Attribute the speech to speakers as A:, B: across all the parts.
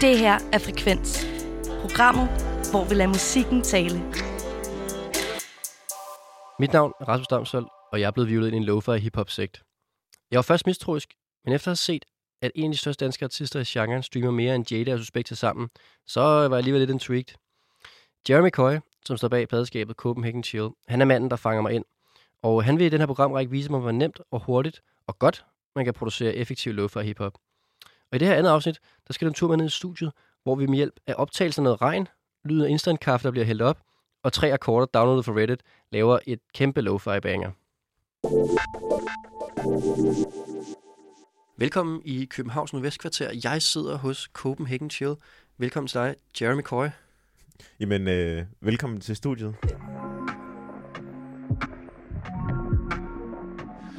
A: Det her er Frekvens. Programmet, hvor vi lader musikken tale.
B: Mit navn er Rasmus Damsvold, og jeg er blevet vivlet ind i en lo-fi hip-hop-sekt. Jeg var først mistroisk, men efter at have set, at en af de største danske artister i genren streamer mere end Jada og Suspekt til sammen, så var jeg alligevel lidt intrigued. Jeremy Coy, som står bag pladeskabet Copenhagen Chill, han er manden, der fanger mig ind. Og han vil i den her programrække vise mig, hvor nemt og hurtigt og godt man kan producere effektiv lo-fi hip-hop. Og i det her andet afsnit, der skal du en tur med ned i studiet, hvor vi med hjælp af optagelser af noget regn, lyden af instant kaffe, der bliver hældt op, og tre akkorder downloadet fra Reddit, laver et kæmpe lo-fi banger. Velkommen i Københavns Nordvestkvarter. Jeg sidder hos Copenhagen Chill. Velkommen til dig, Jeremy Coy.
C: Jamen, øh, velkommen til studiet.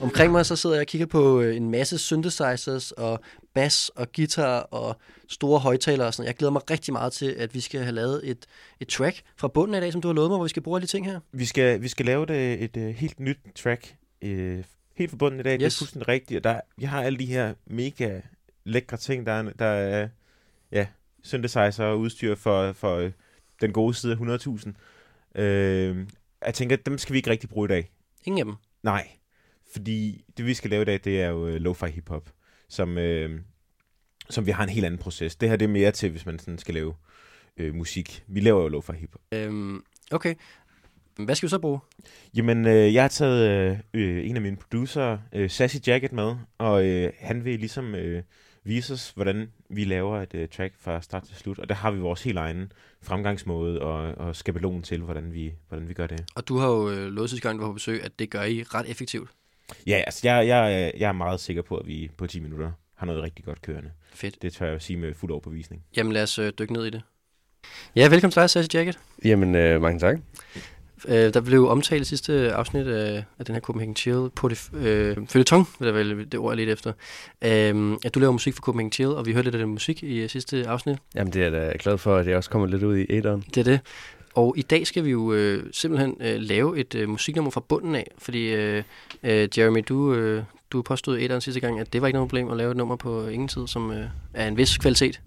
B: Omkring mig så sidder jeg og kigger på øh, en masse synthesizers og bass og guitar og store højtalere og sådan noget. Jeg glæder mig rigtig meget til, at vi skal have lavet et, et track fra bunden af i dag, som du har lovet mig, hvor vi skal bruge alle de ting her.
C: Vi skal, vi skal lave et, et, et helt nyt track. Øh, helt forbundet i dag. Yes. Det
B: Yes.
C: er fuldstændig rigtigt. Og der, jeg har alle de her mega lækre ting, der er, der er ja, synthesizer og udstyr for, for øh, den gode side af 100.000. Øh, jeg tænker, dem skal vi ikke rigtig bruge i dag.
B: Ingen af dem.
C: Nej, fordi det vi skal lave i dag, det er jo øh, lo-fi hip-hop, som, øh, som vi har en helt anden proces. Det her det er mere til, hvis man sådan skal lave øh, musik. Vi laver jo lo-fi hip-hop.
B: Øhm, okay. Hvad skal vi så bruge?
C: Jamen, øh, jeg har taget øh, øh, en af mine producer, øh, Sassy Jacket, med, og øh, han vil ligesom øh, vise os, hvordan vi laver et øh, track fra start til slut. Og der har vi vores helt egen fremgangsmåde og, og skabelon til, hvordan vi, hvordan vi gør det.
B: Og du har jo øh, lovet sidste gang, du var på besøg, at det gør I ret effektivt.
C: Ja, altså, jeg, jeg, øh, jeg er meget sikker på, at vi på 10 minutter har noget rigtig godt kørende.
B: Fedt.
C: Det tør jeg jo sige med fuld overbevisning.
B: Jamen lad os øh, dykke ned i det. Ja, velkommen til dig, Sassy Jacket.
D: Jamen, øh, mange tak.
B: Øh, der blev omtalt i sidste øh, afsnit af, af den her Copenhagen Chill på det øh, følgetong, vil der vel det ord jeg lidt efter. Øh, at du laver musik for Copenhagen Chill, og vi hørte lidt af den musik i øh, sidste afsnit.
D: Jamen, det er jeg da glad for, at jeg også kommer lidt ud i æderen.
B: Det er det. Og i dag skal vi jo øh, simpelthen øh, lave et øh, musiknummer fra bunden af, fordi øh, øh, Jeremy, du, øh, du påstod et eller andet sidste gang, at det var ikke noget problem at lave et nummer på ingen tid, som øh, er en vis kvalitet.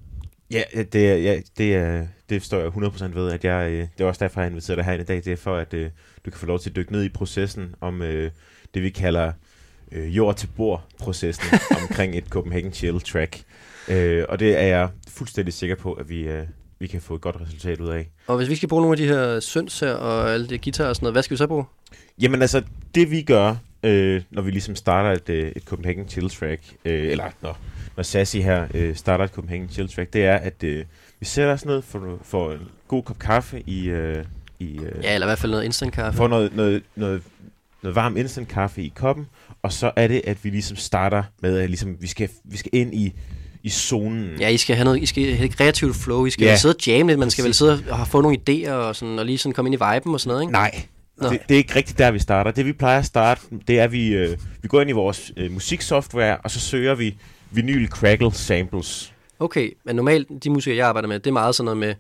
C: Ja, ja, det, er- ja, det, er- det står jeg 100% ved, at jeg, øh, det er også derfor, jeg inviterer dig herind i dag, det er for, at øh, du kan få lov til at dykke ned i processen om øh, det, vi kalder øh, jord til bord-processen omkring et Copenhagen Chill track. Øh, og det er jeg fuldstændig sikker på, at vi, øh, vi kan få et godt resultat ud af.
B: Og hvis vi skal bruge nogle af de her synths her og alle de guitar og sådan noget, hvad skal vi så bruge?
C: Jamen altså, det vi gør, øh, når vi ligesom starter et, øh, et Copenhagen Chill Track, øh, eller når, når Sassy her øh, starter et Copenhagen Chill Track, det er, at øh, vi sætter os ned for, for en god kop kaffe i... Øh, i øh,
B: Ja, eller i hvert fald noget instant kaffe.
C: Får noget, noget, noget, noget varm instant kaffe i koppen, og så er det, at vi ligesom starter med, at ligesom, vi, skal, vi skal ind i, i zonen.
B: Ja, I skal have noget, I skal have et kreativt flow, I skal
C: Ja.
B: yeah. sidde og jamme lidt, man skal vel
C: Præcis.
B: sidde og- og få nogle idéer og, sådan, og lige sådan komme ind i viben og sådan noget, ikke?
C: Nej.
B: Nå.
C: Det, det er ikke rigtigt der, vi starter. Det vi plejer at starte, det er, at vi, øh, vi går ind i vores øh, musiksoftware, og så søger vi vinyl crackle samples.
B: Okay, men normalt, de musikere, jeg arbejder med, det er meget sådan noget med,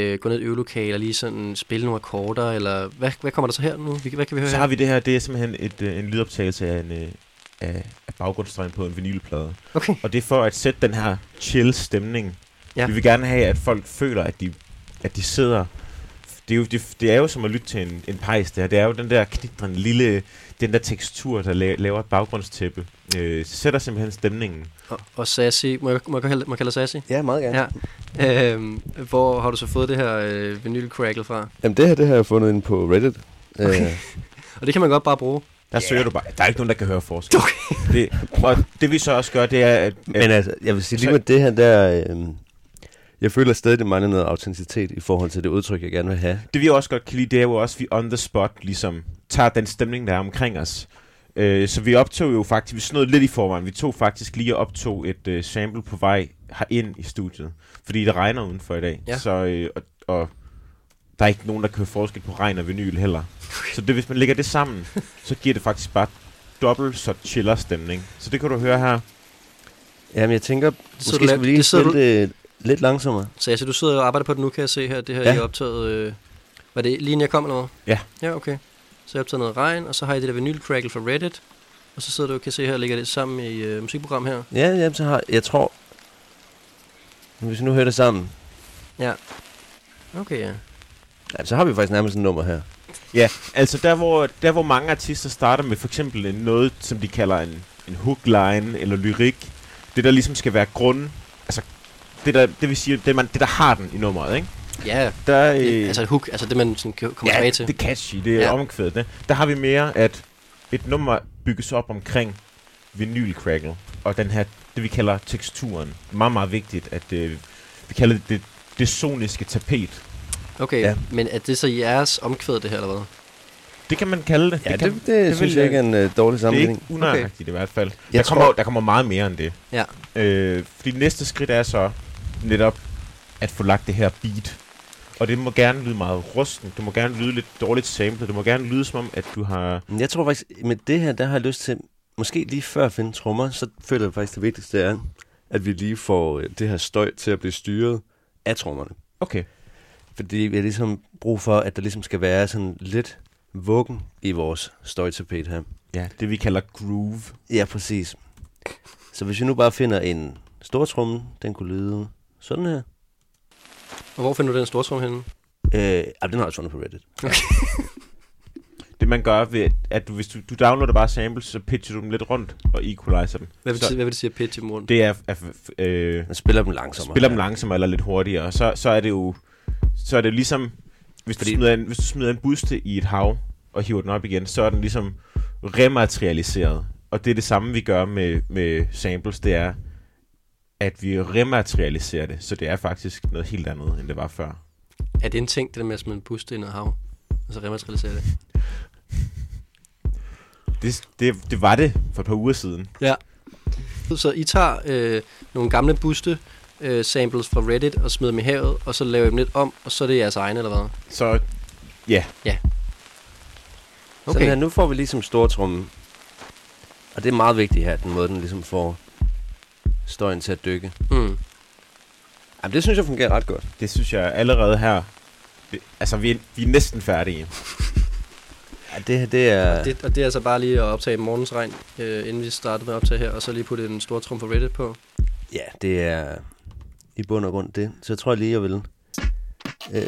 B: øh, gå ned i et øvelokale og lige sådan spille nogle akkorder, eller hvad, hvad kommer der så her nu? Vi- Hvad kan vi høre
C: Så
B: her?
C: har vi det her, det er simpelthen et, øh, en lydoptagelse af en... Øh, af, af baggrundsstøjen på en vinylplade.
B: Okay,
C: Og det er for at sætte den her chill stemning.
B: Ja.
C: Ja. Vi vil gerne have, at folk føler, at de, at de sidder... Det er, jo, det, det er jo som at lytte til en, en pejs, det her. Det er jo den der knitren lille... Den der tekstur, der la- laver et baggrundstæppe. Øh, sætter simpelthen stemningen.
B: og, og Sassy, må jeg, må jeg, kalde- må jeg kalde dig Sassy?
D: Ja, meget gerne.
B: Ja. Øhm, hvor har du så fået det her øh, vinyl crackle fra?
D: Jamen, det her, det har jeg fundet inde på Reddit. Okay. Øh,
B: Og det kan man godt bare bruge.
C: Der yeah. søger du bare. Der er ikke nogen, der kan høre forskel. Okay. Det, og det vi så også gør, det er, at... at
D: men altså, jeg vil sige lige
C: Så-
D: med det her, der... Øh, jeg føler stadig, det mangler noget autenticitet i forhold til det udtryk, jeg gerne vil have.
C: det vi også godt kan lide, det er jo også, at vi on the spot ligesom tager den stemning, der er omkring os. Øh, så vi optog jo faktisk, vi snød lidt i forvejen, vi tog faktisk lige og optog et øh, sample på vej herind i studiet. Fordi det regner udenfor i dag,
B: Ja.
C: så, øh, og, og der er ikke nogen, der kan høre forskel på regn og vinyl heller. Så det, hvis man lægger det sammen, så giver det faktisk bare dobbelt så chiller stemning. Så det kan du høre her.
D: Jamen, jeg tænker,
B: sidder
D: måske
B: du la-
D: skal vi lige
B: det sidder
D: spille det lidt langsommere.
B: Sassy, du sidder og arbejder på det nu, kan jeg se her. Det her, ja.
D: Ja.
B: I har optaget... Øh, var det lige inden jeg kom, eller hvad?
C: Ja.
B: Ja, okay. Så jeg har optaget noget regn, og så har jeg det der vinyl crackle fra Reddit. Og så sidder du og kan se her og lægger det sammen i øh, musikprogram her.
D: Ja, jamen, så har... Jeg tror... Hvis vi nu hører det sammen,
B: Okay, ja.
D: ja, så har vi faktisk nærmest en nummer her.
C: Altså der hvor, der, hvor mange artister starter med for eksempel en- noget, som de kalder en, en hookline eller lyrik. Det der ligesom skal være grunden. Altså det, der, det vil sige, det, man, det der har den i nummeret, ikke?
B: Ja,
C: Der,
B: det,
C: øh,
B: altså et hook, altså det, man sådan kan- kommer
C: ja,
B: tilbage til.
C: det er catchy, det er
B: Ja.
C: ja. omkvædende. Der har vi mere, at et nummer bygges op omkring vinylcrackle, og den her, det vi kalder teksturen. Meget, meget vigtigt, at øh, vi kalder det det, det soniske tapet.
B: Okay, ja.
C: Ja.
B: men er det så jeres omkvæd, det her, eller hvad?
C: Det kan man kalde det.
D: Ja, det,
C: kan,
D: det, det synes
C: vil
D: jeg ikke er en øh, dårlig
C: det er
D: sammenligning.
C: ikke unøjagtigt okay. i hvert fald.
D: Jeg
C: Der kommer,
D: tror-
C: der kommer meget mere end det.
B: Ja.
C: Øh, fordi næste skridt er så netop at få lagt det her beat. Og det må gerne lyde meget rusten. Det må gerne lyde lidt dårligt samlet. Det må gerne lyde som om, at du har...
D: Men Jeg tror faktisk, med det her, der har jeg lyst til, måske lige før at finde trommer, så føler jeg faktisk, det vigtigste er, at vi lige får øh, det her støj til at blive styret af trommerne.
C: Okay.
D: Fordi vi har ligesom brug for, at der ligesom skal være sådan lidt vuggen i vores støjtapet her.
C: Ja, det vi kalder groove.
D: Ja, præcis. Så hvis vi nu bare finder en stor tromme, den kunne lyde sådan her.
B: Og hvor finder du den stortrum henne?
D: Øh, ah, den har jeg fundet på Reddit.
C: Det man gør ved, at- at du, hvis du, du downloader bare samples, så pitcher du dem lidt rundt og equalizer dem.
B: Hvad vil,
C: Så-
B: det, hvad vil det sige at pitche dem rundt?
C: Det er, at øh,
D: Den spiller dem langsommere.
C: spiller dem langsommere eller lidt hurtigere, så, så er det jo så er det jo ligesom, hvis du,
D: Fordi-
C: smider en, hvis du smider en buste i et hav og hiver den op igen, så er den ligesom rematerialiseret. Og det er det samme, vi gør med, med samples, det er, at vi rematerialiserer det, så det er faktisk noget helt andet, end det var før.
B: Er det en ting, det der med at smide en puste ind i hav? Og så rematerialisere det?
C: Det, det, det var det for et par uger siden.
B: Så I tager øh, nogle gamle buste øh, samples fra Reddit og smider dem i havet, og så laver I dem lidt om, og så er det jeres egne, eller hvad?
C: Så
D: Okay. Sådan her,
B: Okay,
D: nu får vi ligesom stortrummen. Og det er meget vigtigt her, den måde, den ligesom får støjen til at dykke.
B: mm.
D: Jamen, det synes jeg fungerer ret godt.
C: det synes jeg allerede her, det, altså vi er, vi er næsten færdige.
D: Ja, det her, det er... Det,
B: det, og det er altså bare lige at optage morgens regn, øh, inden vi startede med at optage her, og så lige putte en stor trum fra Reddit på.
D: ja, det er i bund og grund det. Så jeg tror lige, jeg vil øh,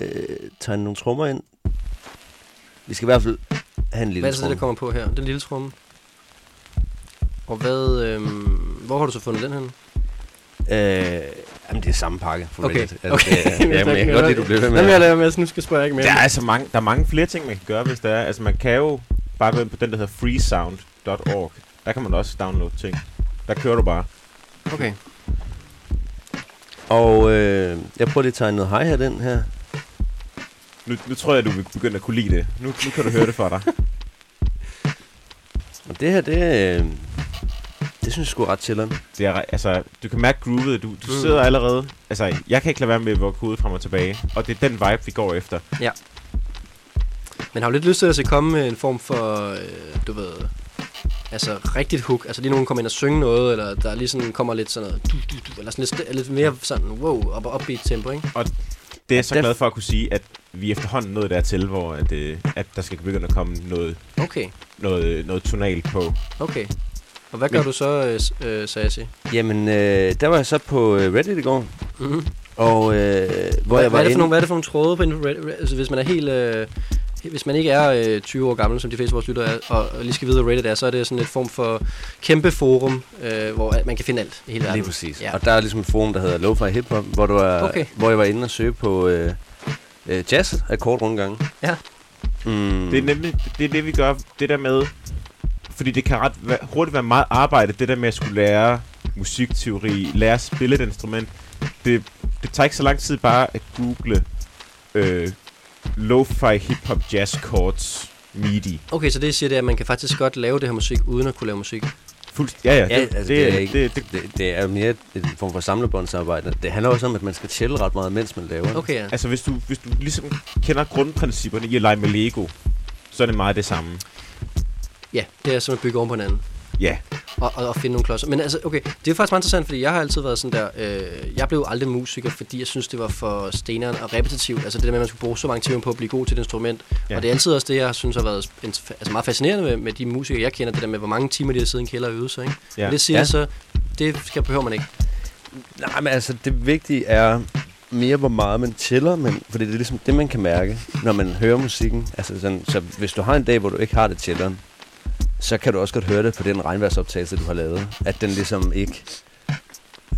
D: tegne nogle trommer ind. Vi skal i hvert fald have en
B: Hvad er
D: lille
B: det så,
D: tromme.
B: det, der kommer på her? Den lille tromme. Og hvad, øh, hvor har du så fundet den hen?
D: Øh, jamen, det er samme pakke for
B: Okay,
D: Reddit. Altså,
B: okay.
D: Det, er- ja, men jeg kan godt lide, du bliver ved med.
B: Jamen,
D: at-
B: jeg lader med, så nu skal jeg spørge ikke mere.
C: Der er, altså mange, der er mange flere ting, man kan gøre, hvis der er. Altså, man kan jo bare gå ind på den, der hedder freesound.org. Der kan man også downloade ting. Der kører du bare.
B: Okay.
D: Og øh, jeg prøver lige at tegne noget hi-hat ind her.
C: Nu, nu tror jeg, du vil begynde at kunne lide det. Nu, nu kan du høre det for dig.
D: Og det her, det, øh, det synes jeg sgu er ret chilleren.
C: Det er, re- altså, du kan mærke groovet. Du, du
B: Mm.
C: sidder allerede... Altså, jeg kan ikke lade være med at våge hovedet frem og tilbage. Og det er den vibe, vi går efter.
B: Men har du lidt lyst til at se komme med en form for, øh, du ved, altså rigtigt hook? Altså lige nogen kommer ind og synge noget, eller der lige sådan kommer lidt sådan noget, du, du, du, eller sådan lidt, st- lidt mere sådan, wow, op og op i et tempo, ikke?
C: Det er jeg så
D: Ja, der-
C: glad for at kunne sige, at vi efterhånden nåede dertil, hvor at, øh, at der skal begynde at komme noget,
B: Okay,
C: noget, noget tonal på.
B: okay. Og hvad gør
C: Men-
B: du så, øh, s- øh, Sassi?
D: Jamen, øh, der var jeg så på øh, Reddit i går,
B: Mm-hmm.
D: og øh, hvor
B: Hvad,
D: jeg var
B: hvad, er det for
D: inde...
B: nogle, hvad er det for nogle tråde på en, Reddit- altså, hvis man er helt... Øh, hvis man ikke er øh, 20 år gammel, som de fleste af vores lyttere er, og, og lige skal vide, hvad Reddit er, så er det sådan et form for kæmpe forum, øh, hvor alt- man kan finde alt i hele verden.
D: Lige præcis.
B: Ja.
D: Ja. Og der er ligesom et forum, der hedder Lo-Fi Hip Hop, hvor, du er,
B: Okay.
D: okay. hvor jeg var inde og søge på øh, øh, jazz af kort rundgange.
B: Ja.
D: Mm,
C: Det er nemlig det, er det, vi gør. Det der med... Fordi det kan ret væ- hurtigt være meget arbejde, det der med at skulle lære musikteori, lære at spille et instrument. Det, det tager ikke så lang tid bare at google øh, lo-fi hip-hop jazz chords MIDI.
B: Okay, så det jeg siger, det er, at man kan faktisk godt lave det her musik, uden at kunne lave musik.
C: Fuldt, ja, ja,
D: Ja,
C: det,
D: altså, det, er ikke,
C: det,
D: det,
C: det,
D: det, det er mere en form for samlebåndsarbejde. Det handler også om, at man skal tælle ret meget, mens man laver det.
B: Okay, ja.
C: Altså, hvis du, hvis du ligesom kender grundprincipperne i at lege med Lego, så er det meget det samme.
B: ja det er som at bygge oven på hinanden.
C: Ja,
B: Og, og, og finde nogle klodser. Men altså, okay, det er faktisk meget interessant, fordi jeg har altid været sådan der, øh, jeg blev aldrig musiker, fordi jeg synes, det var for steneren og repetitivt. Altså det der med, at man skulle bruge så mange timer på at blive god til et instrument. Ja.
C: Ja.
B: Og det er altid også det, jeg synes har været en- altså meget fascinerende med, med de musikere, jeg kender. Det der med, hvor mange timer de har siddet i en kælder og øvet sig. Ikke?
C: ja.
B: Og det siger ja.
D: Ja.
B: så, det skal, behøver man ikke.
D: Nej, men altså, det vigtige er mere, hvor meget man chiller, men, fordi det er ligesom det, man kan mærke, når man hører musikken. Altså sådan, så hvis du har en dag, hvor du ikke har det chilleren, så kan du også godt høre det på den regnværsoptagelse, du har lavet. At den ligesom ikke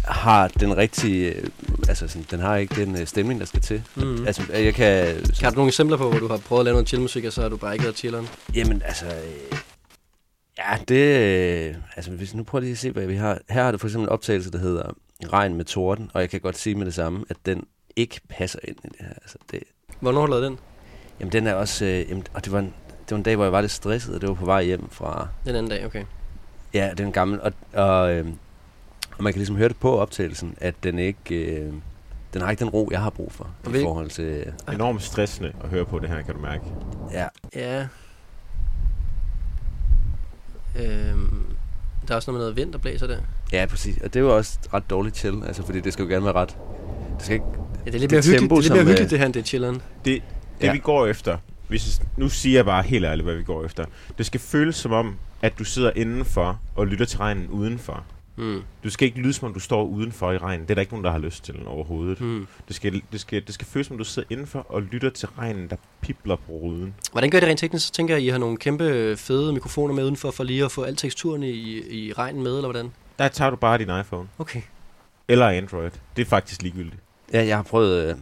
D: har den rigtige... øh, Altså, sådan, den har ikke den øh, stemning, der skal til.
B: Mm.
D: Altså, jeg kan...
B: Kan du nogle eksempler på, hvor du har prøvet at lave noget chillmusik, og så har du bare ikke været chilleren?
D: Jamen, altså... Øh, ja, det... Øh, altså, hvis nu prøver lige at se, hvad vi har. Her har du for eksempel en optagelse, der hedder Regn med torden, og jeg kan godt sige med det samme, at den ikke passer ind i det her. Altså, det,
B: Hvornår har du lavet den?
D: jamen, den er også... Øh, jamen, og det var, en, det var en dag, hvor jeg var lidt stresset, og det var på vej hjem fra...
B: Den anden dag, okay.
D: Ja, det er en gammel... Og, og, øh, og man kan ligesom høre det på optagelsen, at den ikke... Øh, den har ikke den ro, jeg har brug for, i
B: hvil-
D: forhold til...
C: Enormt stressende at høre på det her, kan du mærke.
D: Ja,
B: Ja. Øhm, der er også noget med noget vind, der blæser der.
D: ja præcis. Og det var også ret dårligt til, altså, fordi det skal jo gerne være ret... Det skal ikke
B: Ja, det er lidt
D: Det
B: mere hyggeligt,
D: tempo,
B: det, er lidt
D: som,
B: mere
D: øh,
B: hyggeligt det her, end det er chilleren.
C: Det, det
D: Ja.
C: ja. vi går efter, hvis, nu siger jeg bare helt ærligt, hvad vi går efter. Det skal føles som om, at du sidder indenfor og lytter til regnen udenfor.
B: Mm.
C: Du skal ikke lyde som om, du står udenfor i regnen. Det er der ikke nogen, der har lyst til overhovedet.
D: Hmm.
B: Mm.
C: Det, skal, det, skal, det skal føles som om, du sidder indenfor og lytter til regnen, der pipler på ruden.
B: Hvordan gør I det rent teknisk? Så tænker jeg, I har nogle kæmpe øh, fede mikrofoner med udenfor, for lige at få al teksturen i, i regnen med, eller hvordan?
C: Der tager du bare din iPhone.
B: Okay.
C: Eller Android. Det er faktisk ligegyldigt.
D: Ja, jeg har prøvet... Øh,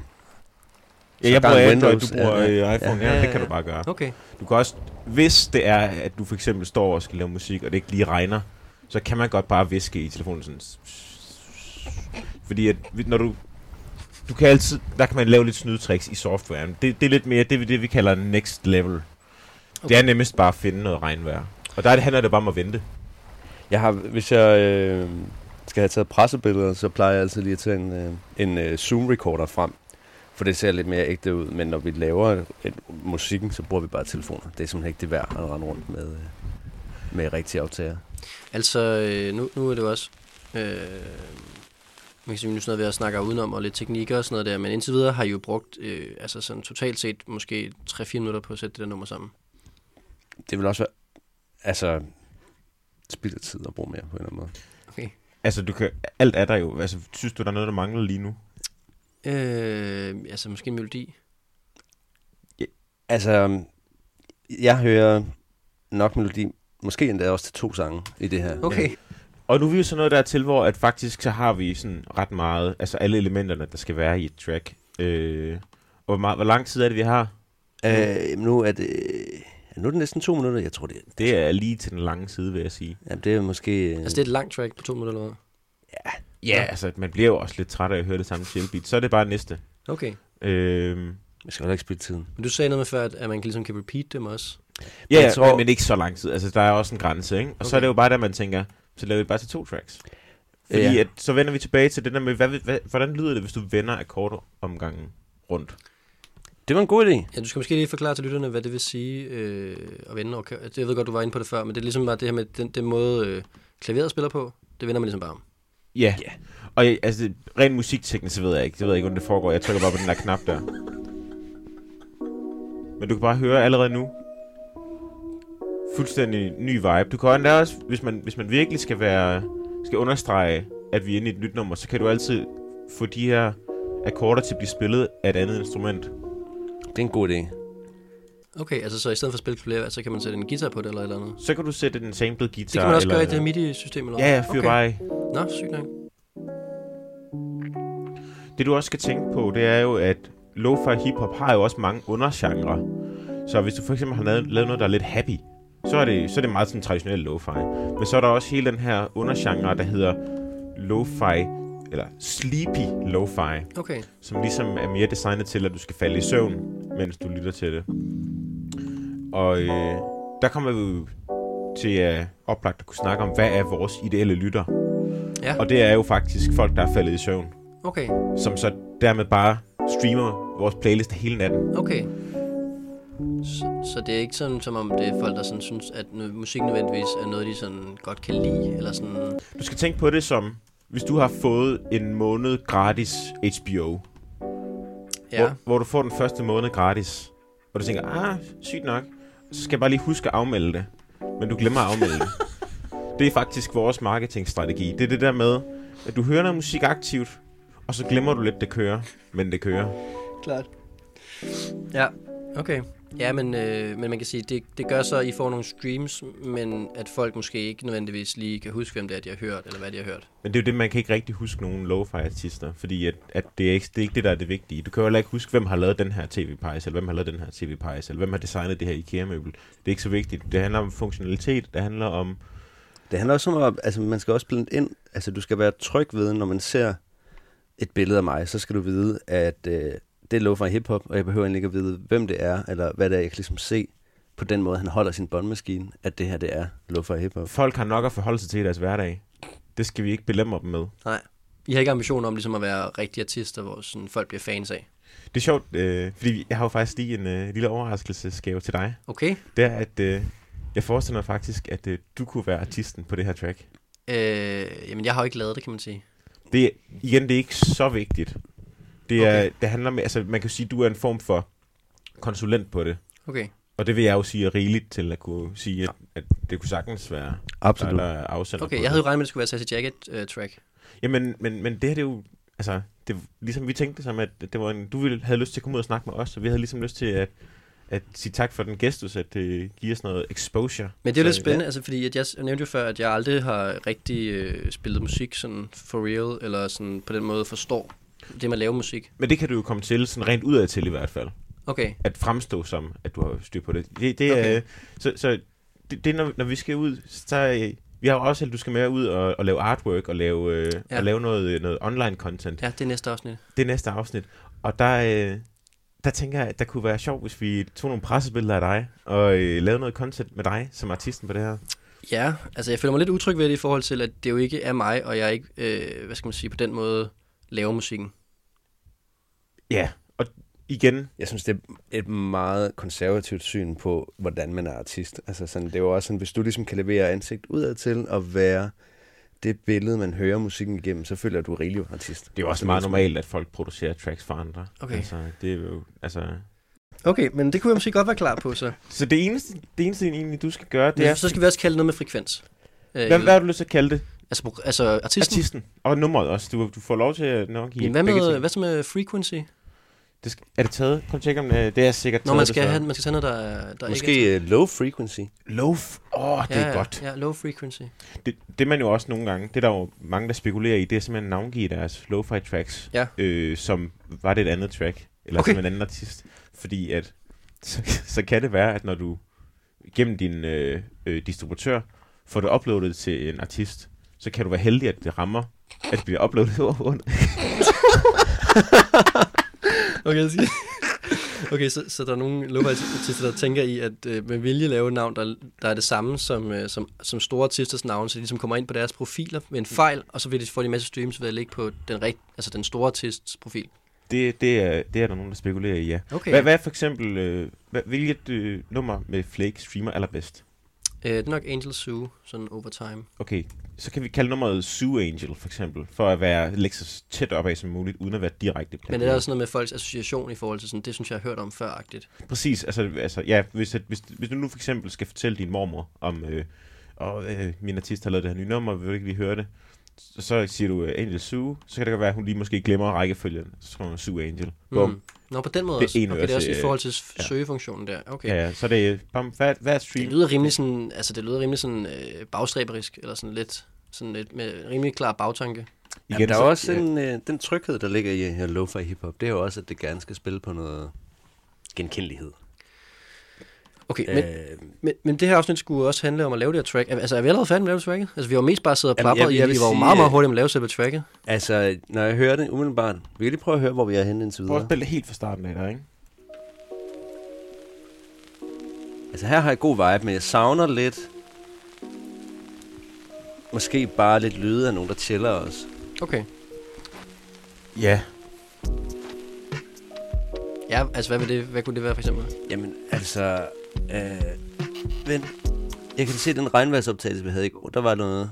C: Ja,
D: Så
C: jeg
D: der er
C: bruger
D: en
C: Android,
D: Windows,
C: du bruger
D: ja,
C: ja, iPhone. Ja,
B: Ja,
C: ja,
B: ja,
C: det kan
B: ja.
C: du bare gøre.
B: Okay.
C: Du kan også, hvis det er, at du for eksempel står og skal lave musik, og det ikke lige regner, så kan man godt bare viske i telefonen sådan. Fordi at, vi- når du, du kan altid, der kan man lave lidt snydetricks i softwaren. Det, det er lidt mere det, vi- det vi kalder next level. Okay. Det er nemmest bare at finde noget regnvejr. Og der handler det bare om at vente.
D: jeg har, hvis jeg øh, skal have taget pressebilleder, så plejer jeg altid lige at tage en, øh, en øh, Zoom-recorder frem. For det ser lidt mere ægte ud, men når vi laver et, musikken, så bruger vi bare telefoner. Det er simpelthen ikke det værd at rende rundt med, øh, med rigtige aftager.
B: Altså, øh, nu, nu er det jo også... Øh, man kan sige, nu er sådan noget ved at snakke udenom og lidt teknikker og sådan noget der, men indtil videre har I jo brugt, øh, altså sådan totalt set, måske 3-4 minutter på at sætte det der nummer sammen.
D: Det vil også være... Altså, spild af tid at bruge mere på en eller anden måde.
B: Okay.
C: Altså, du kan, alt er der jo. Altså, synes du, der er noget, der mangler lige nu?
B: Øh, altså, måske en melodi.
D: Altså, jeg hører nok melodi, måske endda også til to sange i det her.
B: Okay.
C: Og nu er vi jo sådan noget der til, hvor at faktisk så har vi sådan ret meget, altså alle elementerne, der skal være i et track. Øh, og hvor, meget, hvor lang tid er det, vi har?
D: Øh, nu er det... Nu er det næsten to minutter, jeg tror det.
C: Det er lige til den lange side, vil jeg sige.
D: Ja, det er måske... øh,
B: Altså, det er et langt track på to minutter eller hvad?
C: Ja, altså man bliver jo også lidt træt af at høre det samme chillbeat. Så er det bare næste.
B: Okay.
C: Øh,
D: Jeg skal heller ikke spille tiden.
B: Men du sagde noget med før, at, at man ligesom kan repeat dem også.
C: ja,
D: jeg
C: men,
D: tror-
C: tror... men ikke så lang tid. Altså der er også en grænse, ikke? Og okay. så er det jo bare der, man tænker, så laver vi bare til to tracks. Fordi
D: Ja.
C: ja. at, så vender vi tilbage til det der med, hvad, hvad, hvordan lyder det, hvis du vender akkordomgangen rundt?
D: Det var en god idé.
B: Ja, du skal måske lige forklare til lytterne, hvad det vil sige øh, at vende. Og, jeg ved godt, du var inde på det før, men det er ligesom bare det her med den, den måde, øh, klaveret spiller på. Det vender man ligesom bare om.
C: Ja. Yeah. Og jeg- altså, rent musikteknisk, så ved jeg ikke. Det ved jeg ikke, hvordan det foregår. Jeg trykker bare på den der knap der. Men du kan bare høre allerede nu. Fuldstændig ny vibe. Du kan endda også, hvis man, hvis man virkelig skal være skal understrege, at vi er inde i et nyt nummer, så kan du altid få de her akkorder til at blive spillet af et andet instrument.
D: Det er en god idé.
B: Okay, altså så i stedet for at spille klaveret, så kan man sætte en guitar på det eller et eller andet.
C: Så kan du sætte en sampled guitar.
B: Det kan man også
C: eller,
B: gøre i det her MIDI-system eller
C: Ja, ja, fyr okay. bare af.
B: Nå, sygt nok.
C: Det du også skal tænke på, det er jo, at lo-fi hiphop har jo også mange undergenre. Så hvis du for eksempel har lavet, lavet noget, der er lidt happy, så er det, så er det meget sådan traditionel lo-fi. Men så er der også hele den her undergenre, der hedder lo-fi, eller sleepy lo-fi,
B: Okay.
C: som ligesom er mere designet til, at du skal falde i søvn, mens du lytter til det. Og øh, der kommer vi jo til øh, oplagt at kunne snakke om, hvad er vores ideelle lytter.
B: Ja.
C: Og det er jo faktisk folk, der er faldet i søvn
B: Okay,
C: som så dermed bare streamer vores playlist hele natten.
B: okay. Så, så det er ikke sådan, som om det er folk, der sådan synes, at nø- musik nødvendigvis er noget, de sådan godt kan lide, eller sådan...
C: Du skal tænke på det som, hvis du har fået en måned gratis HBO,
B: Ja,
C: hvor, hvor du får den første måned gratis, og du tænker, ah, sygt nok, så skal jeg bare lige huske at afmelde det. Men du glemmer at afmelde det. Det er faktisk vores marketingstrategi. Det er det der med, at du hører noget musik aktivt, og så glemmer du lidt, det kører. Men det kører.
D: Klart.
B: Ja, okay. Ja, men, øh, men man kan sige, det, det gør så, at I får nogle streams, men at folk måske ikke nødvendigvis lige kan huske, hvem det er, de har hørt, eller hvad de har hørt.
C: Men det er jo det, man kan ikke rigtig huske nogen lo-fi artister, fordi at, at det, er ikke, det er ikke det, der er det vigtige. Du kan jo heller ikke huske, hvem har lavet den her tv-pejs, eller hvem har lavet den her tv-pejs, eller hvem har designet det her IKEA-møbel. Det er ikke så vigtigt. Det handler om funktionalitet, det handler om...
D: Det handler også om, at altså, man skal også blande ind. Altså, du skal være tryg ved, når man ser et billede af mig, så skal du vide, at øh, det er lov fra hiphop, og jeg behøver egentlig ikke at vide, hvem det er, eller hvad det er, jeg kan ligesom se på den måde, han holder sin båndmaskine, at det her, det er lov fra hiphop.
C: Folk har nok at forholde sig til i deres hverdag. Det skal vi ikke belemme dem med.
B: Nej. I har ikke ambitioner om ligesom at være rigtige artister, hvor sådan, folk bliver fans af.
C: Det er sjovt, øh, fordi jeg har jo faktisk lige en øh, lille overraskelsesgave til dig.
B: Okay.
C: Det er, at øh, jeg forestiller mig faktisk, at øh, du kunne være artisten på det her track.
B: Øh, jamen, jeg har jo ikke lavet det, kan man sige.
C: Det er, igen, det er ikke så vigtigt. Det, er,
B: Okay.
C: okay. det handler om, altså man kan jo sige, at du er en form for konsulent på det.
B: Okay.
C: Og det vil jeg jo sige er rigeligt til at kunne sige, at, at det kunne sagtens være
D: Absolut.
C: der er afsender
B: Okay,
C: på
B: jeg
C: det.
B: havde jo regnet med, at det skulle være Sassy øh, Jacket-track.
C: Jamen, men, men det her det er jo... Altså, det, ligesom vi tænkte som, at det var en, du ville, havde lyst til at komme ud og snakke med os, og vi havde ligesom lyst til at, at sige tak for den gestus, at det giver os noget exposure.
B: Men det er jo lidt
C: Så,
B: spændende, altså, fordi at jeg s- jeg nævnte jo før, at jeg aldrig har rigtig øh, spillet musik sådan for real, eller sådan på den måde forstår det med at lave musik.
C: Ja. Men det kan du jo komme til, sådan rent udad til i hvert fald.
B: Okay,
C: at fremstå som, at du har styr på det. Det, det
B: Okay.
C: okay. øh, så, så det, det er, når, når vi skal ud, så øh, vi har jo også, at du skal med ud og, og lave artwork og lave, øh,
B: Ja.
C: ja. og lave noget, øh, noget online content. Ja.
B: ja, det er næste afsnit.
C: Det er næste afsnit. Og der, øh, der tænker jeg, at det kunne være sjovt, hvis vi tog nogle pressebilleder af dig og øh, lavede noget content med dig som artisten på det her.
B: Ja, altså jeg føler mig lidt utryg ved det i forhold til, at det jo ikke er mig, og jeg ikke, øh, hvad skal man sige, på den måde laver musikken.
C: Ja, og igen,
D: Jeg synes, det er et meget konservativt syn på, hvordan man er artist. Altså sådan, det er jo også sådan, hvis du ligesom kan levere ansigt udad til og være det billede, man hører musikken igennem, så føler du rigelig artist.
C: det er jo også
D: Altså,
C: meget
D: hvis-
C: normalt, at folk producerer tracks for andre.
B: Okay.
C: Altså, det er jo, altså...
B: Okay, men det kunne jeg måske godt være klar på, så.
C: Så det eneste, det eneste egentlig, du skal gøre, det
B: Ja.
C: er...
B: Så skal vi også kalde det noget med frekvens. Øh,
C: Hvad, hvad har du lyst til at kalde det?
B: Altså, pro- altså artisten. Artist.
C: Artisten. Og nummeret også. Du, du får lov til at nok i
B: Jamen, hvad,
C: begge
B: med,
C: ting.
B: hvad så med frequency?
C: Det skal, er det taget? Kom tjek om øh, det. Det er sikkert
B: Når
C: taget,
B: man skal,
C: det,
B: have, man skal tage noget, der, er- der ikke
D: Måske øh, low frequency.
C: Loaf. Åh, oh, det
B: ja,
C: ja, er godt. Ja.
B: Ja, low frequency.
C: Det, det man jo også nogle gange, det er der jo mange, der spekulerer i, det er simpelthen at navngive deres lo-fi tracks,
B: Ja.
C: øh, som var det et andet track, eller
B: Okay.
C: okay. som en anden artist. Fordi at, så, så kan det være, at når du gennem din øh, øh, distributør får det uploadet til en artist, så kan du være heldig, at det rammer, at det bliver uploadet under.
B: Okay, så, okay, så, så der er nogle lovartister, der tænker i, at øh, man vilje lave et navn, der, der er det samme som, øh, som, som store artisters navn, så de ligesom kommer ind på deres profiler med
C: Mm.
B: en fejl, og så vil de få en masse streams ved at ligge på den, rigt, altså den store artists profil.
C: Det, det, er, det er der nogen, der spekulerer i, ja.
B: Okay.
C: Hvad, hvad er for eksempel, øh, hvad, hvilket øh, nummer med Flake streamer allerbedst?
B: Øh, det er nok Angel Zoo, sådan over time.
C: Okay, så kan vi kalde nummeret Sue Angel for eksempel, for at være lægge så tæt opad som muligt, uden at være direkte
B: Men det er også noget med folks association i forhold til sådan, det synes jeg, jeg har hørt om før-agtigt.
C: Præcis, altså, altså ja, hvis, at, hvis, hvis du nu for eksempel skal fortælle din mormor om, øh, og øh, min artist har lavet det her nye nummer, vil du ikke lige høre det? Så, så siger du øh, Angel Sue, så kan det godt være, at hun lige måske glemmer rækkefølgen, så tror hun Sue Angel. Bum.
B: Mm. Nå, på den måde
C: Det er
B: også.
C: en
B: okay, det er også i
C: ørelse,
B: forhold til s-
C: ja.
B: søgefunktionen der. Okay.
C: Ja, ja, så det er, bam, hvad, hvad er stream?
B: Det lyder rimelig sådan, altså det lyder rimelig sådan øh, bagstræberisk, eller sådan lidt, sådan lidt med rimelig klar bagtanke.
D: Igen, Jamen, der er
C: så-
D: også en, øh, den tryghed, der ligger i her lo-fi hiphop, det er jo også, at det gerne skal spille på noget genkendelighed.
B: Okay, men,
D: Øh,
B: men, men det her afsnit skulle også handle om at lave det her track. Altså, er vi allerede færdige med at lave tracket? Altså, vi var mest bare siddet og
D: Jamen, jeg-
B: plapperet i det.
D: jeg vil
B: Vi var jo
D: sige,
B: meget, meget
D: øh,
B: hurtige med at lave selve tracket.
D: altså, når jeg hører det umiddelbart, vi kan lige prøve at høre, hvor vi er henne indtil
C: Prøv at
D: videre.
C: spille det helt fra starten af der, ikke?
D: Altså, her har jeg god vibe, men jeg savner lidt... Måske bare lidt lyde af nogen, der chiller os.
B: Okay.
C: Ja.
B: Ja, altså, hvad, vil det, hvad kunne det være for eksempel?
D: Jamen, altså... Øh, vent. Jeg kan se den regnværsoptagelse, vi havde i går. Der var noget,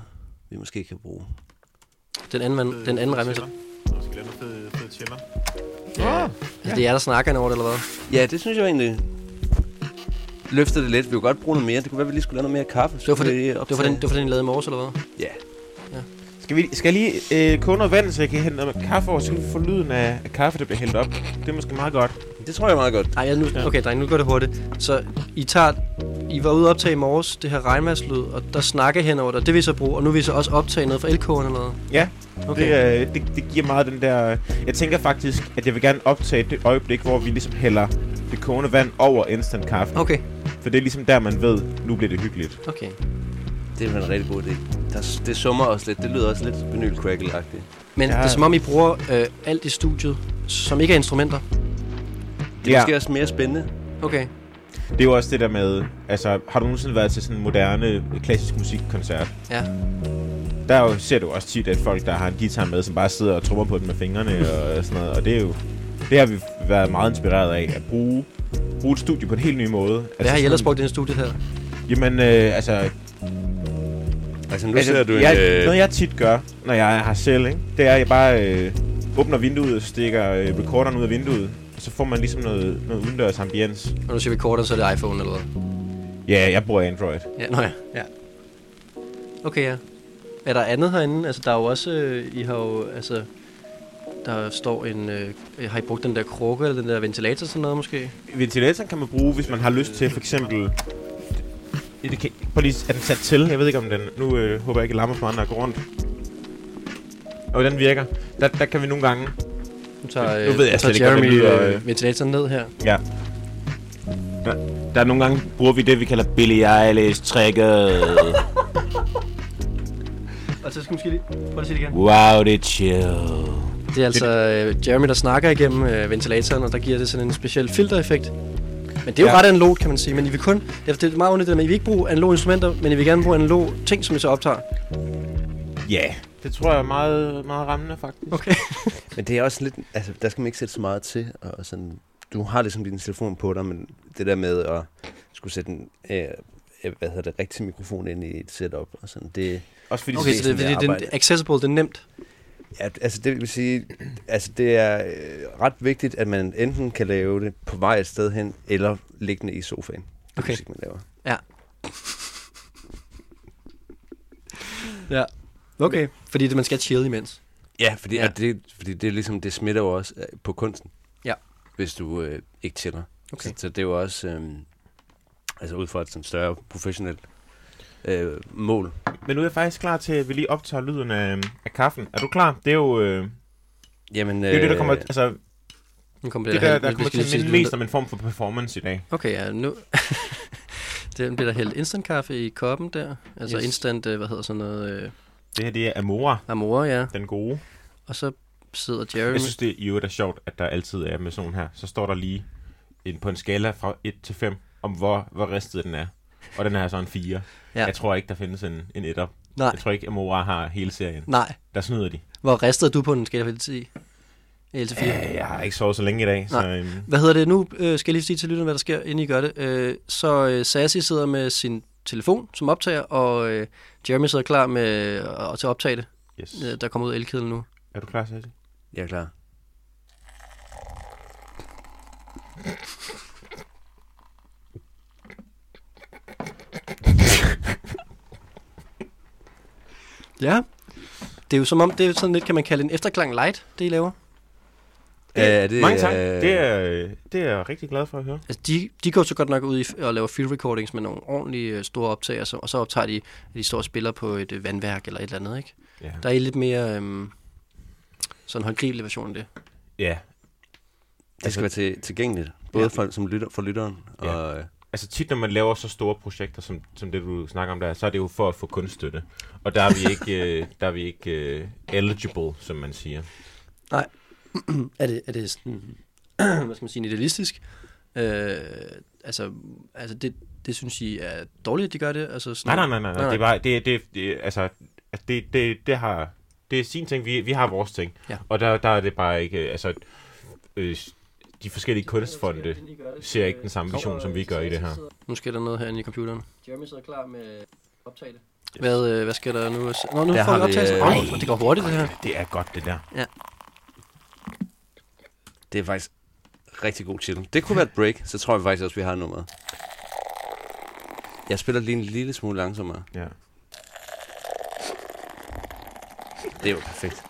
D: vi måske kan bruge.
B: Den anden, man, den
E: Øh,
B: anden remmelse.
E: Og skal lave noget fed, fed chiller.
B: Ja. Altså, det er jer, der snakker ind over det, eller hvad?
D: Ja, det synes jeg egentlig løfter det lidt. Vi kunne godt bruge noget mere. Det kunne være, vi lige skulle lave noget mere kaffe.
B: Det var for, den, det var for, den, det var for den, I lavede i morges, eller hvad?
D: Ja.
C: Skal, vi, skal jeg lige øh, koge noget vand, så jeg kan hente noget med kaffe, og så kan vi få lyden af, af kaffe, der bliver hældt op. Det er måske meget godt.
D: Det tror jeg er meget godt.
B: Ej, jeg nu, okay, dreng, nu går det hurtigt. Så I tager... I var ude at optage i morges, det her regnværslyd, og der snakker henover dig. Det vil I så bruge, og nu vil I så også optage noget fra LK'en eller noget.
C: Ja,
B: Okay. Det,
C: okay. det, øh, det, det giver meget den der... Jeg tænker faktisk, at jeg vil gerne optage det øjeblik, hvor vi ligesom hælder det kogende vand over instant kaffe.
D: Oh.
B: okay,
C: For det er ligesom der, man ved, nu bliver det hyggeligt.
B: okay.
D: Det er en rigtig god idé. Der, det summer også lidt. Det lyder også lidt vinyl crackle -agtigt.
B: Men
C: Ja.
B: det er som om, I bruger øh, alt i studiet, som ikke er instrumenter.
D: Det er ja. måske også mere spændende.
B: Okay.
C: Det er jo også det der med, altså har du nogensinde været til sådan en moderne, klassisk musikkoncert?
B: Ja.
C: Der er jo, ser du også tit, at folk, der har en guitar med, som bare sidder og trummer på den med fingrene og sådan noget. Og det er jo, det har vi været meget inspireret af, at bruge, bruge et studie på en helt ny måde. Altså,
B: Hvad har I
C: sådan-
B: ellers brugt i den studie her?
C: Jamen, øh, altså
D: Altså, nu
C: altså,
D: sidder du
C: jeg,
D: en...
C: Noget
D: Øh,
C: jeg tit gør, når jeg har selv, ikke? det er, at jeg bare øh, åbner vinduet og stikker øh, recorderen ud af vinduet. Og så får man ligesom noget, noget udendørs ambience.
B: Når du siger recorder, så er det iPhone eller hvad?
C: Ja, jeg bruger Android.
B: Ja, nå ja. ja. Okay, ja. Er der andet herinde? Altså, der er jo også... Øh, I har jo... Altså, der står en... Øh, har I brugt den der krukke eller den der ventilator sådan noget måske?
C: Ventilatoren kan man bruge, hvis man har lyst til for eksempel... Ja, Det kan, prøv lige, er den sat til? Jeg ved ikke om den... Nu øh, håber jeg ikke, at lammer for andre går rundt. Og den virker. Der, der kan vi nogle gange...
B: Nu tager,
C: Nu ved jeg
B: tager
C: slet ikke, hvordan
B: Jeremy
C: det lyder, øh.
B: øh, ventilatoren ned her.
C: Ja. Der, der er nogle gange, bruger vi det, vi kalder Billie Eilish-tricket.
B: Og så skal vi måske lige... Prøv at se det igen.
C: wow, det er chill.
B: Det er altså øh, Jeremy, der snakker igennem øh, ventilatoren, og der giver det sådan en speciel filtereffekt. Men det er jo
C: Ja.
B: ja. ret analogt, kan man sige. Men I vil kun... Det er, det er meget underligt, det der med, at I vil ikke bruge analoge instrumenter, men I vil gerne bruge analoge ting, som I så optager.
C: Ja. Yeah. Det tror jeg er meget, meget rammende, faktisk.
B: Okay.
D: men det er også lidt... Altså, der skal man ikke sætte så meget til. Og sådan, du har ligesom din telefon på dig, men det der med at skulle sætte en... Øh, øh, hvad hedder det, rigtig mikrofon ind i et setup og sådan, det,
C: Også fordi
B: Okay,
C: okay,
B: så det, det, det, det er accessible, det er nemt.
D: ja, altså det vil sige, altså det er øh, ret vigtigt, at man enten kan lave det på vej et sted hen, eller liggende i sofaen, det
B: Okay.
D: musik, man laver.
B: Ja. Okay. Fordi det, man skal chille imens.
D: Ja, fordi,
B: Ja.
D: ja. Det, fordi det, er ligesom, det smitter jo også øh, på kunsten,
B: Ja.
D: hvis du øh, ikke chiller.
B: Okay.
D: Så, så det er jo også, øh, altså ud fra et sådan større professionelt øh, mål.
C: Men nu er jeg faktisk klar til, at vi lige optager lyden af, af kaffen. Er du klar? Det er jo øh,
D: Jamen,
C: det,
D: øh,
C: er jo det, der kommer... Altså,
B: Nu kommer
C: det
B: der,
C: der,
B: hældt-
C: der
B: vi
C: kommer
B: skal
C: til
B: lige
C: at
B: sige,
C: minde
B: lyden
C: mest om en form for performance i dag.
B: der- Okay, ja, nu... det bliver der hældt instant kaffe i koppen der. Altså
C: Yes.
B: yes. instant, øh, hvad hedder sådan noget, øh,
C: Det her, det er Amora,
B: amore, ja.
C: den gode.
B: Og så sidder Jeremy...
C: Jeg synes, det i øvrigt er sjovt, at der altid er med sådan nogle her. Så står der lige en, på en skala fra 1 til 5, om hvor, hvor ristet den er. Og den her er så en 4. Ja.
B: Ja.
C: Jeg tror ikke, der findes en, en etter.
B: Nej,
C: Jeg tror ikke, Amora har hele serien.
B: nej.
C: Der snyder de.
B: Hvor ristede du på den skala fra 10? Eller til 4?
C: Ja, jeg har ikke sovet så længe i dag, så
B: Nej.
C: øhm,
B: Hvad hedder det nu? Øh, skal jeg lige sige til lytterne, hvad der sker, inden I gør det. Øh, så øh, Sassy sidder med sin telefon som optager, og øh, Jeremy sidder klar med øh, til at optage det,
C: yes.
B: øh, der kommer ud af elkedlen nu.
C: Er du klar, Sassi?
D: Jeg er klar.
B: Ja. Det er jo som om, det er sådan lidt, kan man kalde en efterklang light, det I laver.
D: Øh, er det,
C: Mange tak.
D: øh,
C: Det er, øh, det er jeg rigtig glad for at høre.
B: Altså, de, de går så godt nok ud i, og laver field recordings med nogle ordentlige øh, store optager, så, og så optager de, at de står og spiller på et øh, vandværk eller et eller andet, ikke?
C: Ja.
B: Der er en lidt mere øhm, sådan håndgribelig version af det.
C: ja.
D: Det skal være til, tilgængeligt, både for, som lytter, for lytteren og... øh,
C: Ja.
D: Ja.
C: Altså tit, når man laver så store projekter, som, som det du snakker om der, så er det jo for at få kunststøtte. Og der er vi ikke, øh, der er vi ikke øh, eligible, som man siger.
B: Er det, er det sådan, hvad skal man sige, idealistisk? Øh, altså, altså det, det synes I er dårligt, at de gør det? Altså sådan,
C: Nej, nej, nej, nej. nej.
B: nej.
C: Det er bare, det, det, det altså, at det, det, det har, det er sin ting, vi, vi har vores ting.
B: Ja.
C: Og der, der er det bare ikke, øh, altså, øh, de forskellige kunstfonde ser ikke den samme vision, som vi gør i det her.
B: Nu sker der noget herinde i computeren. Jeremy sidder klar med optagelse. Hvad, øh, hvad sker der nu? Nå, nu
D: Der
B: får
D: har
B: vi
D: vi,
B: optagelse.
D: øh,
B: Øh, det går hurtigt, det her.
C: Det er godt, det der.
D: Det er faktisk rigtig god chill. Det kunne være et break, så tror jeg faktisk også, vi har nummeret. Jeg spiller lige en lille smule langsommere.
C: Ja.
D: Det er jo perfekt.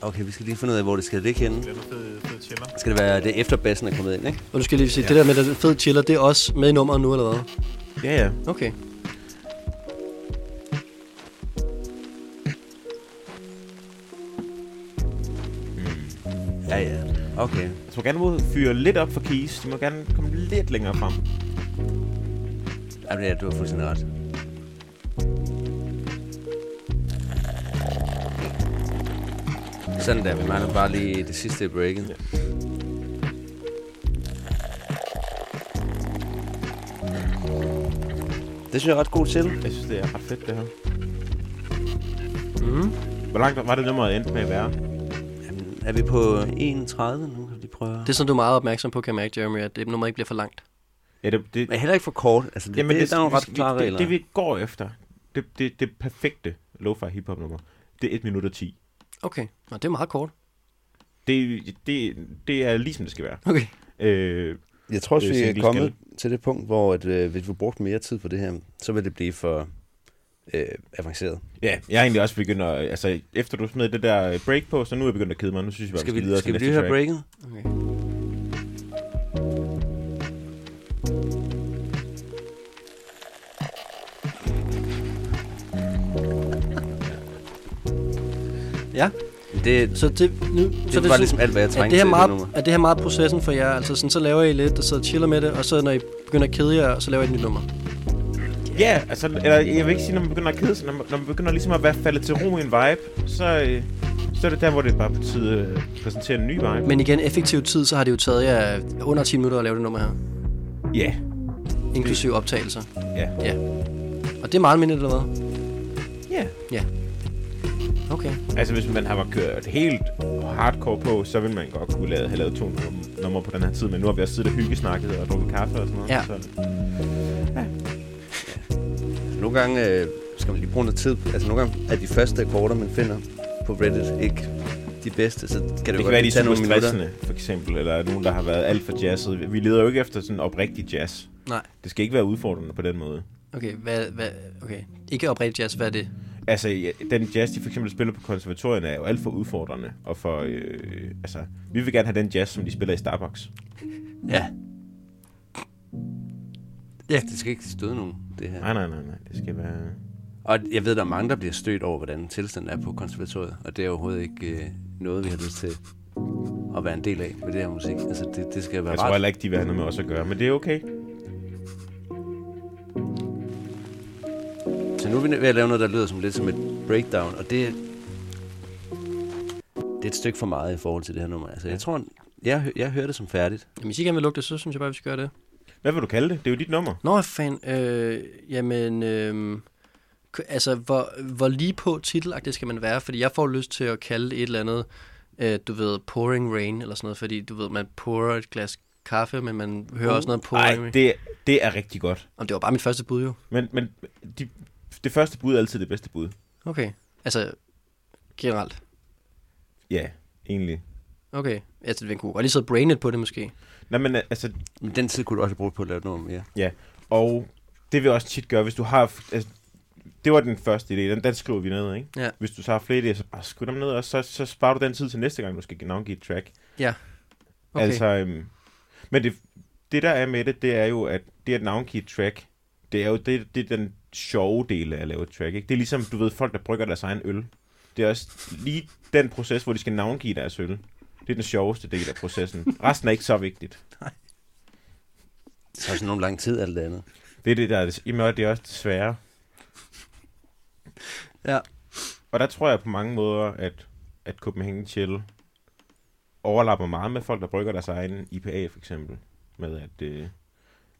D: Okay, vi skal lige finde ud af, hvor det skal ligge henne.
E: Glem noget fed, fed chiller.
D: Skal det være det efter bassen er kommet ind, ikke?
B: Og du skal lige sige, ja. det der med den fed chiller, det er også med i nummeret nu, eller hvad?
C: Ja, ja.
B: Okay.
D: Ja, ja. Okay.
C: Jeg tror gerne, du fyre lidt op for keys. De må gerne komme lidt længere frem.
D: Jamen, ja, du har fuldstændig ret. Sådan der, vi mangler bare lige det sidste i breaken. Ja. Det synes jeg er ret god til.
C: Jeg synes, det er ret fedt, det her.
B: Mm.
C: Hvor langt var det nummeret endte med at være?
D: Jamen, er vi på 31 nu? Kan vi lige prøve?
B: Det er sådan, du er meget opmærksom på, kan jeg mærke, Jeremy, at det nummer ikke bliver for langt.
C: Ja, det, det,
D: Men heller ikke for kort. Altså, det, Jamen, det, der er nogle
C: vi-
D: ret
C: vi-
D: klare
C: det,
D: regler.
C: Det, vi går efter, det, det, det perfekte lo-fi hiphop nummer, det er 1 minut og 10.
B: Okay. Nå, det er meget kort.
C: Det, det, det er lige som det skal være.
B: Okay.
C: Øh,
D: Jeg tror også,
C: Øh,
D: vi er
C: single
D: kommet til det punkt, hvor at, øh, hvis vi brugte mere tid på det her, så vil det blive for øh, avanceret.
C: ja, jeg er egentlig også begyndt at... Altså, efter du smed det der break på, så nu er jeg begyndt at kede mig. Nu synes jeg bare,
D: Skal
C: vi
D: vi,
C: videre til
D: skal
C: næste
D: vi lige have
C: track.
D: breaket?
B: okay. Ja,
D: Det,
B: så det, nu, det
D: så det var ligesom alt, hvad jeg
B: Er
D: trængte
B: det, her
D: til
B: meget,
D: det nummer.
B: er det her meget processen for jer? Altså sådan, så laver I lidt, og så chiller med det, og så når I begynder at kede jer, så laver I et nyt nummer.
C: Ja, altså, eller, jeg vil ikke sige, når man begynder at kede sig. Når man, når man begynder ligesom at være faldet til ro i en vibe, så, øh, så er det der, hvor det bare på tide øh, præsenterer en ny vibe.
B: Men igen, effektiv tid, så har det jo taget jer under 10 minutter at lave det nummer her.
C: Ja,
B: Inklusive optagelser.
C: ja,
B: Og det er meget almindeligt, eller hvad?
C: ja.
B: Okay.
C: Altså, hvis man har kørt helt hardcore på, så vil man godt kunne lave, have lavet to num- numre på den her tid. Men nu har vi også siddet og hyggesnakket og drukket kaffe og sådan noget.
B: Ja.
C: Så,
D: Nogle gange øh, skal man lige bruge noget tid. Altså nogle gange er de første akkorder, man finder på Reddit, ikke de bedste. Så kan
C: det
D: det, jo
C: kan
D: godt
C: være, de er
D: tage
C: super
D: nogle minutter.
C: stressende, for eksempel. Eller nogen, der har været alt for jazzet. Vi leder jo ikke efter sådan oprigtig jazz.
B: Nej.
C: Det skal ikke være udfordrende på den måde.
B: Okay, hvad, hvad, okay. Ikke oprigtigt jazz, hvad er det?
C: Altså, ja, den jazz, de for eksempel spiller på konservatorierne, er jo alt for udfordrende. Og for, øh, altså, vi vil gerne have den jazz, som de spiller i Starbucks.
D: Ja. Ja, det skal ikke støde nogen, det her.
C: Nej, nej, nej, nej. Det skal være...
D: Og jeg ved, der er mange, der bliver stødt over, hvordan tilstanden er på konservatoriet, og det er overhovedet ikke øh, noget, vi har lyst til at være en del af med det her musik. Altså, det, det skal være
C: Jeg tror
D: ret.
C: heller ikke, de vil have noget med os at gøre, men det er okay.
D: Så nu er vi ved at lave noget, der lyder som lidt som et breakdown, og det, det er et stykke for meget i forhold til det her nummer. Altså, jeg tror, jeg, hø- jeg hører det som færdigt.
B: Jamen, hvis I gerne vil lukke det, så synes jeg bare, vi skal gøre det.
C: Hvad vil du kalde det? Det er jo dit nummer.
B: Nå, fan. Øh, jamen, øh, altså, hvor, hvor lige på titelagtigt skal man være? Fordi jeg får lyst til at kalde det et eller andet, øh, du ved, pouring rain eller sådan noget. Fordi, du ved, man pourer et glas kaffe, men man hører også noget pouring
C: Uh, Nej,
B: rain.
C: det, det er rigtig godt.
B: Om det var bare mit første bud, jo.
C: Men, men de, det første bud er altid det bedste bud.
B: Okay. Altså, generelt.
C: Ja, egentlig.
B: Okay. Altså, den kunne godt lige sidde og brain it på det, måske.
C: Nej, men altså,
D: Men den tid kunne du også have brugt på at lave et nummer mere.
C: og det vil jeg også tit gøre, hvis du har... Altså, det var den første idé, den, den skriver vi ned, ikke?
B: Ja.
C: Hvis du så har flere idéer, så bare skriv dem ned, og så, så sparer du den tid til næste gang, du skal navngive et track.
B: Okay.
C: Okay. Altså, øhm, men det, det der er med det, det er jo, at det at navngive et track, det er jo det, det er den sjove del af at lave et track. Ikke? Det er ligesom, du ved, folk, der brygger deres egen øl. Det er også lige den proces, hvor de skal navngive deres øl. Det er den sjoveste del af processen. Resten er ikke så vigtigt.
D: Det tager sådan nogle lang tid, alt det andet.
C: Det er det, der er det, jamen, og det er også det svære.
B: Ja.
C: Og der tror jeg på mange måder, at, at Copenhagen Chill overlapper meget med folk, der brygger deres egen IPA for eksempel. Med at, øh,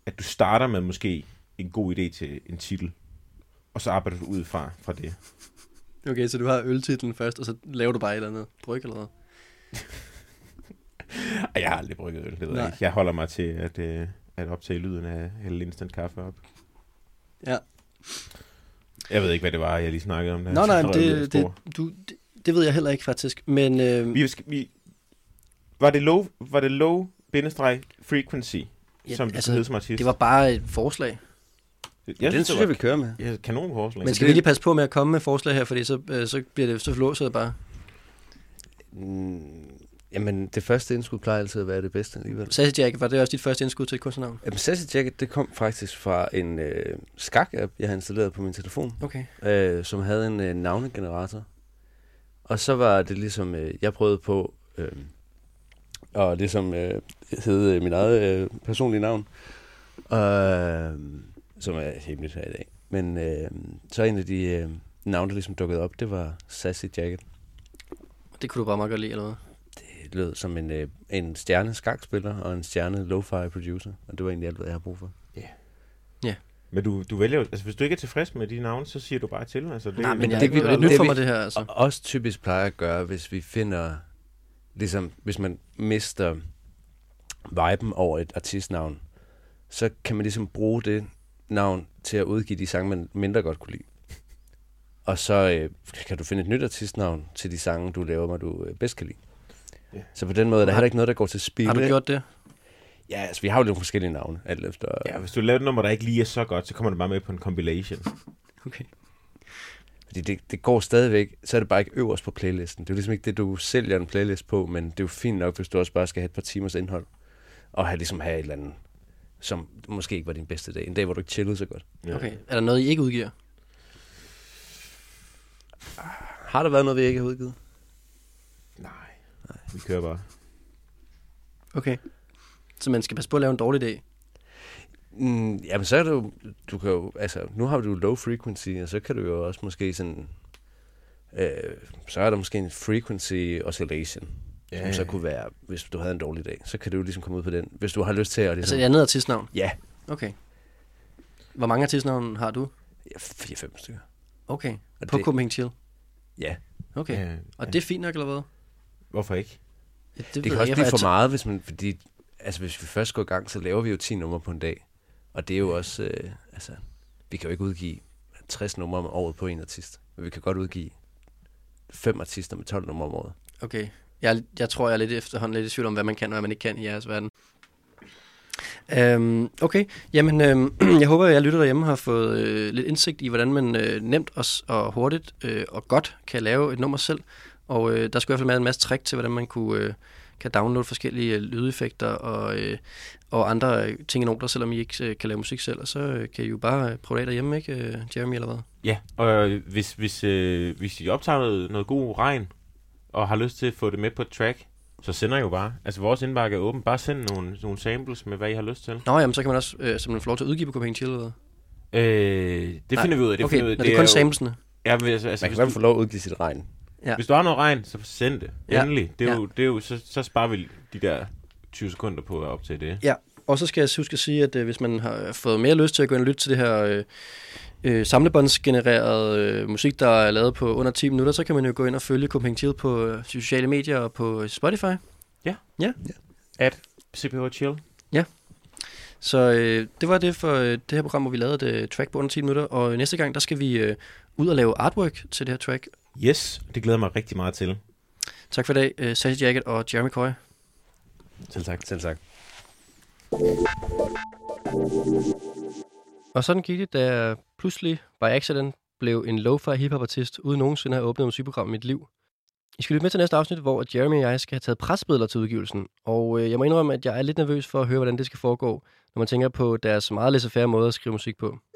C: at du starter med måske en god idé til en titel, og så arbejder du ud fra, fra det.
B: Okay, så du har øltitlen først, og så laver du bare et eller andet bryg eller noget.
C: Ej, jeg har aldrig brygget øl, det ved jeg
B: Nej.
C: ikke. Jeg holder mig til at, øh, at optage lyden af hælde instant kaffe op.
B: Ja.
C: Jeg ved ikke, hvad det var, jeg lige snakkede om. da
B: Nå,
C: jeg
B: nej,
C: røg
B: men
C: ud af
B: det,
C: spor.
B: det, du, det, det ved jeg heller ikke faktisk, men... Øh,
C: Vi, skal- vi, var det low, var det low bindestreg frequency,
B: ja,
C: som du altså,
B: altså,
C: som artist?
B: det var bare et forslag.
D: Ja, den synes jeg, vi kører med.
C: Ja, kanon forslag.
B: Men skal vi lige passe på med at komme med forslag her, fordi så, øh, så bliver det, så låser det bare.
D: Mm, jamen, det første indskud plejer altid at være det bedste alligevel.
B: Sassy Jack, var det også dit første indskud til et kunstnernavn?
D: Jamen, Sassy Jacket, det kom faktisk fra en øh, skak-app, jeg har installeret på min telefon,
B: Okay.
D: øh, som havde en øh, navnegenerator. Og så var det ligesom, øh, jeg prøvede på øh, at ligesom øh, hedde øh, mit eget øh, personlige navn, øh, som er hemmeligt her i dag. Men øh, så en af de øh, navne, der ligesom dukkede op, det var Sassy Jacket.
B: Det kunne du bare meget godt lide, eller hvad?
D: Det lød som en, øh, en stjerne skakspiller og en stjerne lo-fi producer, og det var egentlig alt, hvad jeg har brug for.
C: Men du, du vælger jo- altså hvis du ikke er tilfreds med de navne, så siger du bare til. Altså, det,
B: Nej, men
D: det
B: jeg,
D: kan
B: det,
D: vi-
B: det, er
D: det
B: nyt for
D: vi-
B: mig, det her, altså.
D: Og også typisk plejer at gøre, hvis vi finder, ligesom, hvis man mister viben over et artistnavn, så kan man ligesom bruge det navn til at udgive de sange, man mindre godt kunne lide. Og så øh, kan du finde et nyt artistnavn til de sange, du laver, når du øh, bedst kan lide.
C: Ja.
D: Så på den måde er der
B: Har-
D: heller ikke noget, der går til spil.
B: Har du gjort det?
D: Ja, altså, vi har jo lidt forskellige navne, alt efter...
C: Ja, hvis du laver et nummer, der ikke lige er så godt, så kommer du bare med på en compilation.
B: Okay.
D: Fordi det, det går stadigvæk, så er det bare ikke øverst på playlisten. Det er jo ligesom ikke det, du sælger en playlist på, men det er jo fint nok, hvis du også bare skal have et par timers indhold. Og have, ligesom have et eller andet, som måske ikke var din bedste dag. En dag, hvor du ikke chillede så godt.
C: Ja.
B: okay. Er der noget, I ikke udgiver?
D: Har der været noget, vi ikke har udgivet?
C: Nej. Vi kører bare.
B: Okay. Så man skal passe på at lave en dårlig dag.
D: Mm, jamen, så er det jo, du kan jo, altså, nu har du jo low frequency, og så kan du jo også måske sådan, øh, så er der måske en frequency oscillation,
C: Ja,
D: ja, som
C: ja,
D: så
C: ja.
D: kunne være, hvis du havde en dårlig dag, så kan du jo ligesom komme ud på den. Hvis du har lyst til at
B: Altså
D: ligesom,
B: et andet artistnavn?
D: ja,
B: Okay. Hvor mange artistnavne har du?
D: ja, 4-5 stykker.
B: Okay.
D: Og
B: På
D: det-
B: Copenhagen Chill?
D: Ja,
B: Okay.
C: Ja,
B: Og
C: ja.
B: det er fint nok, eller hvad?
C: Hvorfor ikke?
B: Ja,
D: Det
B: ved
D: kan
B: jeg
D: også
B: ikke.
D: blive
B: Jeg
D: for
B: tæ-
D: meget, hvis man, fordi, altså hvis vi først går i gang, så laver vi jo 10 numre på en dag. Og det er jo også, øh, altså, vi kan jo ikke udgive 60 numre om året på en artist. Men vi kan godt udgive fem artister med 12 numre om året.
B: Okay. Jeg, jeg tror, jeg er lidt efterhånden lidt i tvivl om, hvad man kan og hvad man ikke kan i jeres verden. Øhm, okay, jamen øhm, jeg håber, at jeg lytter derhjemme har fået øh, lidt indsigt i, hvordan man øh, nemt og, s- og hurtigt øh, og godt kan lave et nummer selv. Og øh, der skulle i hvert fald være en masse trick til, hvordan man kunne, øh, kan downloade forskellige øh, lydeffekter og, øh, og andre øh, ting i noter, selvom I ikke øh, kan lave musik selv. Og så øh, kan I jo bare øh, prøve det af derhjemme, ikke øh, Jeremy eller hvad?
C: Ja, og øh, hvis, hvis, øh, hvis I optager noget, noget god regn, og har lyst til at få det med på et track, så sender I jo bare. Altså, vores indbakke er åben. Bare send nogle, nogle samples med, hvad I har lyst til.
B: Nå, jamen så kan man også øh, simpelthen få lov til at udgive på Copenhagen Chill eller hvad?
C: Øh, det
B: Nej,
C: finder vi ud af. Det
B: okay,
C: finder vi ud af.
B: når det er kun
C: jo-
B: samplesene.
C: Ja, men altså, altså,
D: Man kan i
C: hvis,
D: hvert
C: du,
D: fald få lov at udgive sit regn.
B: Ja.
C: hvis du har noget regn, så send det.
B: Ja.
C: Endelig. Det er
B: Ja.
C: jo, det er jo, så, så sparer vi de der 20 sekunder på at optage det.
B: Ja, og så skal jeg huske at sige, at øh, hvis man har fået mere lyst til at gå ind og lytte til det her øh, øh, samlebåndsgenererede øh, musik, der er lavet på under 10 minutter, så kan man jo gå ind og følge Copenhagen Chill på øh, sociale medier og på øh, Spotify.
C: CPH Chill.
B: Så øh, det var det for øh, det her program, hvor vi lavede et øh, track på under 10 minutter, og øh, næste gang, der skal vi øh, ud og lave artwork til det her track.
C: Yes, det glæder jeg mig rigtig meget til.
B: Tak for i dag, øh, Sassy Jacket og Jeremy Coy.
D: Selv tak. Selv tak.
B: Og sådan gik det, da jeg pludselig, by accident, blev en lo-fi hip-hop-artist, uden nogensinde at have åbnet et musikprogram i mit liv. I skal lytte med til næste afsnit, hvor Jeremy og jeg skal have taget presbilleder til udgivelsen. Og øh, jeg må indrømme, at jeg er lidt nervøs for at høre, hvordan det skal foregå, når man tænker på deres meget laissez-faire måde at skrive musik på.